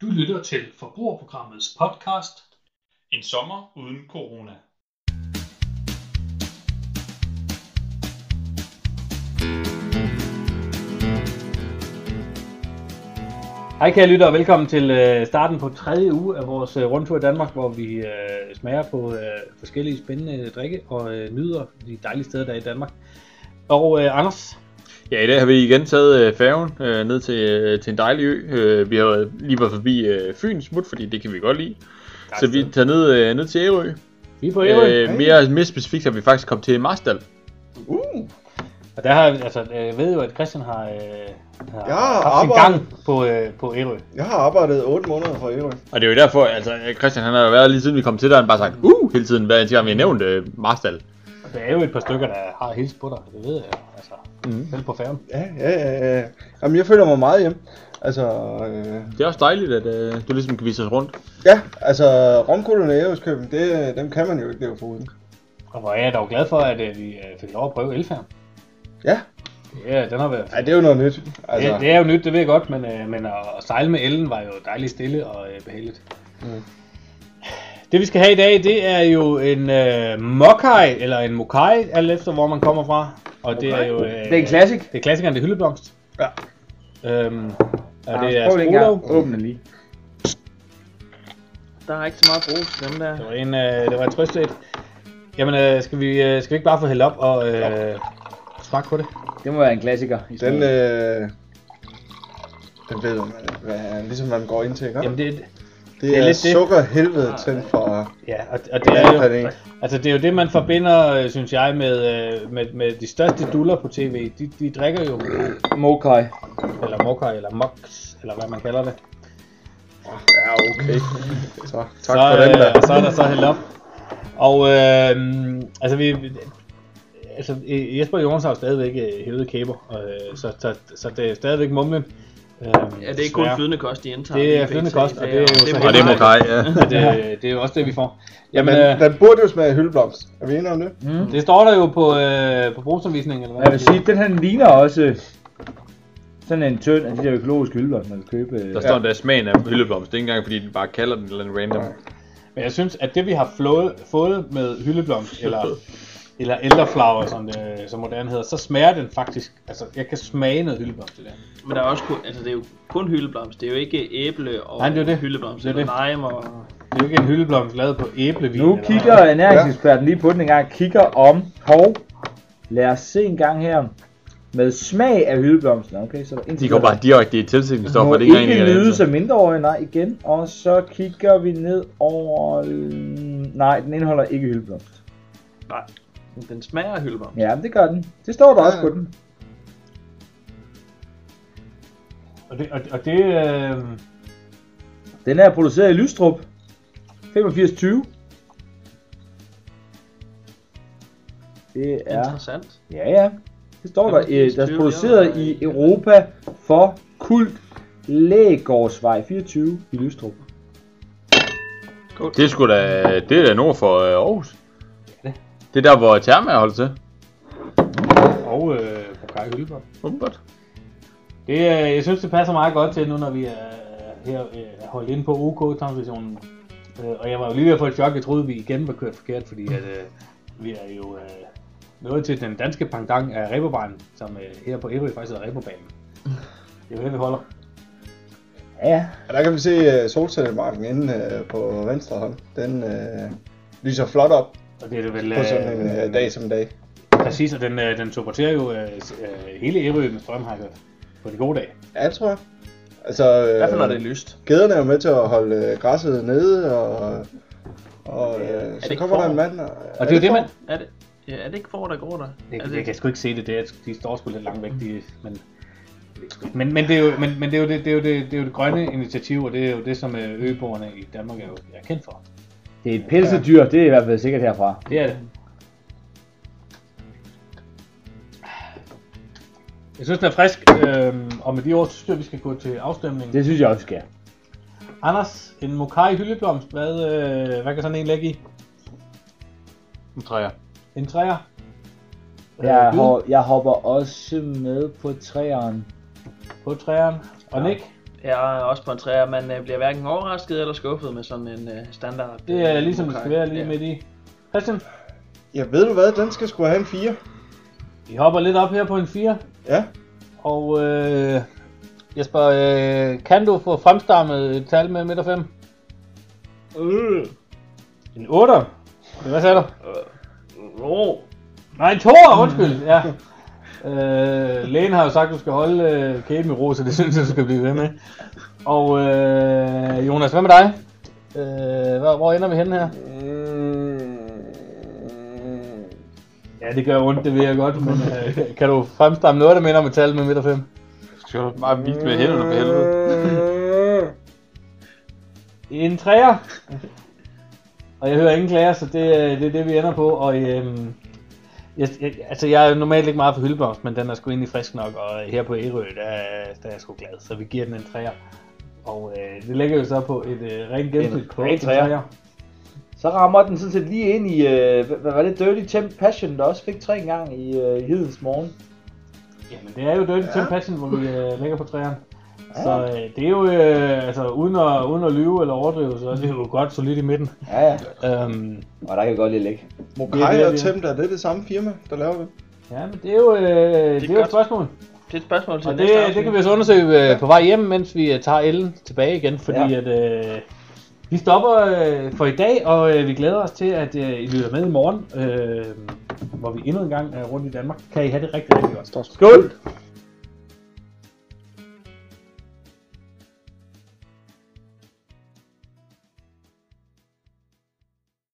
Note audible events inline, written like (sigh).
lytter til Forbrugerprogrammets podcast En sommer uden corona. Hej kære lytter og velkommen til øh, starten på tredje uge af vores øh, rundtur i Danmark, hvor vi øh, smager på øh, forskellige spændende drikke og øh, nyder de dejlige steder, der er i Danmark. Og øh, Anders, Ja, i dag har vi igen taget øh, færgen øh, ned til, øh, til en dejlig ø. Øh, vi har været- lige været forbi øh, Fyn smut, fordi det kan vi godt lide. Så vi tager ned, øh, ned til Ærø. vi er på Ærø, øh, Øh, mere, mere specifikt har vi faktisk kommet til Marstal. Uh, og der har altså, øh, jeg ved jo, at Christian har, øh, har Ja, haft sin arbejde. gang på, øh, på Ærø. jeg har arbejdet 8 måneder for Ærø. Og det er jo derfor, altså øh, Christian han har jo været lige siden vi kom til dig, han bare sagt, uh, hele tiden, hver eneste gang vi har nævnt øh, Marstal. Og der er jo et par stykker, der har hilst på dig, det ved jeg jo, altså, Mhm. selv på færgen. Ja, ja, ja, ja. Jamen, jeg føler mig meget hjemme. Altså, øh, Det er også dejligt, at øh, du ligesom kan vise os rundt. ja, altså, romkuglen og Ærøskøben, det, dem kan man jo ikke leve foruden. Og hvor er jeg dog glad for, at øh, vi øh, fik lov at prøve elfærgen. Ja, Ja, den har været Ej, det er jo noget nyt. Altså, Altså... Det, det er jo nyt, det ved jeg godt, men, øh, men at, at sejle med ellen var jo dejligt stille og øh, behageligt. Mm. Mm. Det vi skal have i dag, det er jo en øh, mokai, eller en mokai, alt efter hvor man kommer fra. Og det er jo... Øh, det er en classic. Det er klassikeren, det er hyldeblomst. Ja. Øhm, og det Lars, er prøv lige en gang. Sprolov. Åbne lige. Der er ikke så meget brug til dem der. Det var en, øh, det var en trøstet. Jamen, øh, skal, vi, øh, skal vi ikke bare få hældt op og øh, smage på det? Det må være en klassiker. I den, smagen. øh, den ved man, hvad, ligesom man går ind til, ikke? Jamen, det, det, det er, er er lidt det. sukkerhelvede tændt for ja, og, og det er jo... vandplanning. Altså det er jo det, man forbinder, øh, synes jeg, med, øh, med, med de største duller på tv. De, de drikker jo, Mokai. eller mokker, eller moks, eller hvad man kalder det. Ja, okay. Så, tak så, øh, for den der. og så er der så hældt op. Og øh, altså vi... Altså øh, Jesper Jørgensen har jo stadigvæk øh, hævet kæber, øh, så, så, så det er stadigvæk mumlen. Øh, Ja, det er ikke kun flydende kost, de indtager. Det er lige pt. flydende kost, og det er jo så meget Og det er Nej. dejligt. Mokai, ja. (laughs) Det, det er jo også det, vi får. Jamen, Jamen, øh, den burde jo smage hyldeblomst. Er vi enige om det? det står der jo på, øh, på brugsanvisningen, eller hvad? Jeg vil sige, den her ligner også sådan en tynd af de der økologiske hylder, man kan købe. øh. Der står der smagen af hyldeblomst. Det er ikke engang, fordi den bare kalder den et eller andet random. Men jeg synes, at det vi har flået, fået med hyldeblomst, eller, eller elderflower, som det som moderne hedder, så smager den faktisk, altså jeg kan smage noget hyldeblomst i det. Men der er også kun, altså det er jo kun hyldeblomst. Det er jo ikke æble og Nej, det er det. hyldeblomst. Det er Det er eller lime og... Det er jo ikke en hyldeblomst lavet på æblevin. Nu eller kigger hvad. ernæringseksperten lige på den en gang, kigger om, hov, lad os se en gang her, med smag af hyldeblomsten. Okay, så er der en De går bare direkte i tilsætningsstoffer. Må Det er ikke ikke engang lyde en som mindreårige, nej, igen. Og så kigger vi ned over... øh, Nej, den indeholder ikke hyldeblomst. Nej, den smager af hyldeblomst. Ja, men det gør den. Det står der Ja, også ja. på den. Og det, og, og det øh, Den er produceret i Lystrup. 8520. Det Ja. er... Interessant. Ja, ja. Det står der. øh, Der 8520, er produceret ja. i Europa for Kult Lægårdsvej 24 i Lystrup. Det er sgu da, det er da nord for øh, Aarhus. Det er der, hvor Therma er holdt til. og øh, på Kaj Hyldeblomst. Umbert. Det, øh, jeg synes, det passer meget godt til nu, når vi er her øh, holdt inde på OK-transmissionen. Øh, og jeg var jo lige ved at få et chok. Jeg troede, vi igen var kørt forkert, fordi at, øh, vi er jo øh, nået til den danske pendant af Reberbanen, som øh, her på Ærø faktisk hedder Reberbanen. Det er jo her, vi holder. Ja, ja. Og der kan vi se uh, solcellemarken inde uh, på venstre hånd. Den uh, lyser flot op Og det er det vel øh, på sådan en uh, dag som en dag. præcis, og den, øh, den supporterer jo øh, øh, hele Ærø med strøm, har jeg hørt. På de gode dage. Ja, det tror jeg. Altså, uh, I hvert fald, når det er Øh. lyst. Gæderne er jo med til at holde uh, græsset nede, og, og uh, så ikke kommer der får? en mand. Og, Og det er jo det, man... Er det, ja, er det ikke for, der går der? Altså, Jeg, er det, jeg kan sgu ikke se det der. De står sgu lidt langt væk. De, men, men, men, det er jo, men, men det, er jo det, det, er jo det, det er jo det grønne initiativ, og det er jo det, som øh, øboerne i Danmark er, jo, er kendt for. Det er et pelsedyr, det er i hvert fald sikkert herfra. Det er det. Jeg synes, den er frisk, øh, og med de ord, så synes jeg, vi skal gå til afstemning. Det synes jeg også, vi skal. Anders, en mokai hyldeblomst, hvad, øh, hvad kan sådan en lægge i? Nu træer jeg. En træer? Jeg, Øh, lyd hop, jeg hopper også med på træeren. på træeren. Og Nick? er også på en træer. Man øh, bliver hverken overrasket eller skuffet med sådan en øh, standard. Det er øh, ligesom det mokai. skal være lige Ja. midt i. Christian, Ja, ved du hvad? Den skal sgu have en 4. vi hopper lidt op her på en 4. Ja. Og øh, Jesper, øh, kan du få fremstammet et tal mellem 1 og 5? Øh, En 8. Hvad sagde du? Nå. Nej, en 2'er, undskyld. Ja. Øh, lægen har jo sagt, at du skal holde øh, kæben i ro, så det synes jeg, du skal blive ved med. Og øh, Jonas, hvad med dig? Øh, hvor, hvor ender vi henne her? Ja, det gør ondt, det ved jeg godt, men øh, kan du fremstamme noget, der minder om et tal med midt og 5? Skal du bare vise med hænderne for helvede? Mm. En træer. Og jeg hører ingen klager, så det, øh, det er det, vi ender på. Og øhm, jeg, jeg, altså, jeg er normalt ikke meget for hyldebomst, men den er sgu egentlig frisk nok. Og her på Ærø, der, der er jeg sgu glad. Så vi giver den en træer. Og øh, det ligger jo så på et øh, rent gennemsnit på ren en treer. træer. Så rammer den sådan set lige ind i, øh, hvad hvad var det, Dirty Temp Passion, der også fik tre gange i øh, Hidens Morgen. Jamen, det er jo Dirty ja. Passion, hvor vi øh, ligger på træerne. Så øh, det er jo, øh, altså uden at, uden at lyve eller overdrive, så er det jo godt solidt i midten. Ja, ja. Øhm, Og der kan vi godt lige ligge. det Mokai er og det. Temda, det er det samme firma, der laver det. ja, men det er jo, øh, det er jo et godt. spørgsmål. Det er et spørgsmål til Og næste det, afsnit. det kan vi også undersøge øh, på vej hjem, mens vi øh, tager Ellen tilbage igen, fordi ja. Ja. at øh, vi stopper øh, for i dag, og øh, vi glæder os til, at øh, I lytter med i morgen, øh, hvor vi endnu en gang er rundt i Danmark. Kan I have det rigtig, rigtig godt. Skål!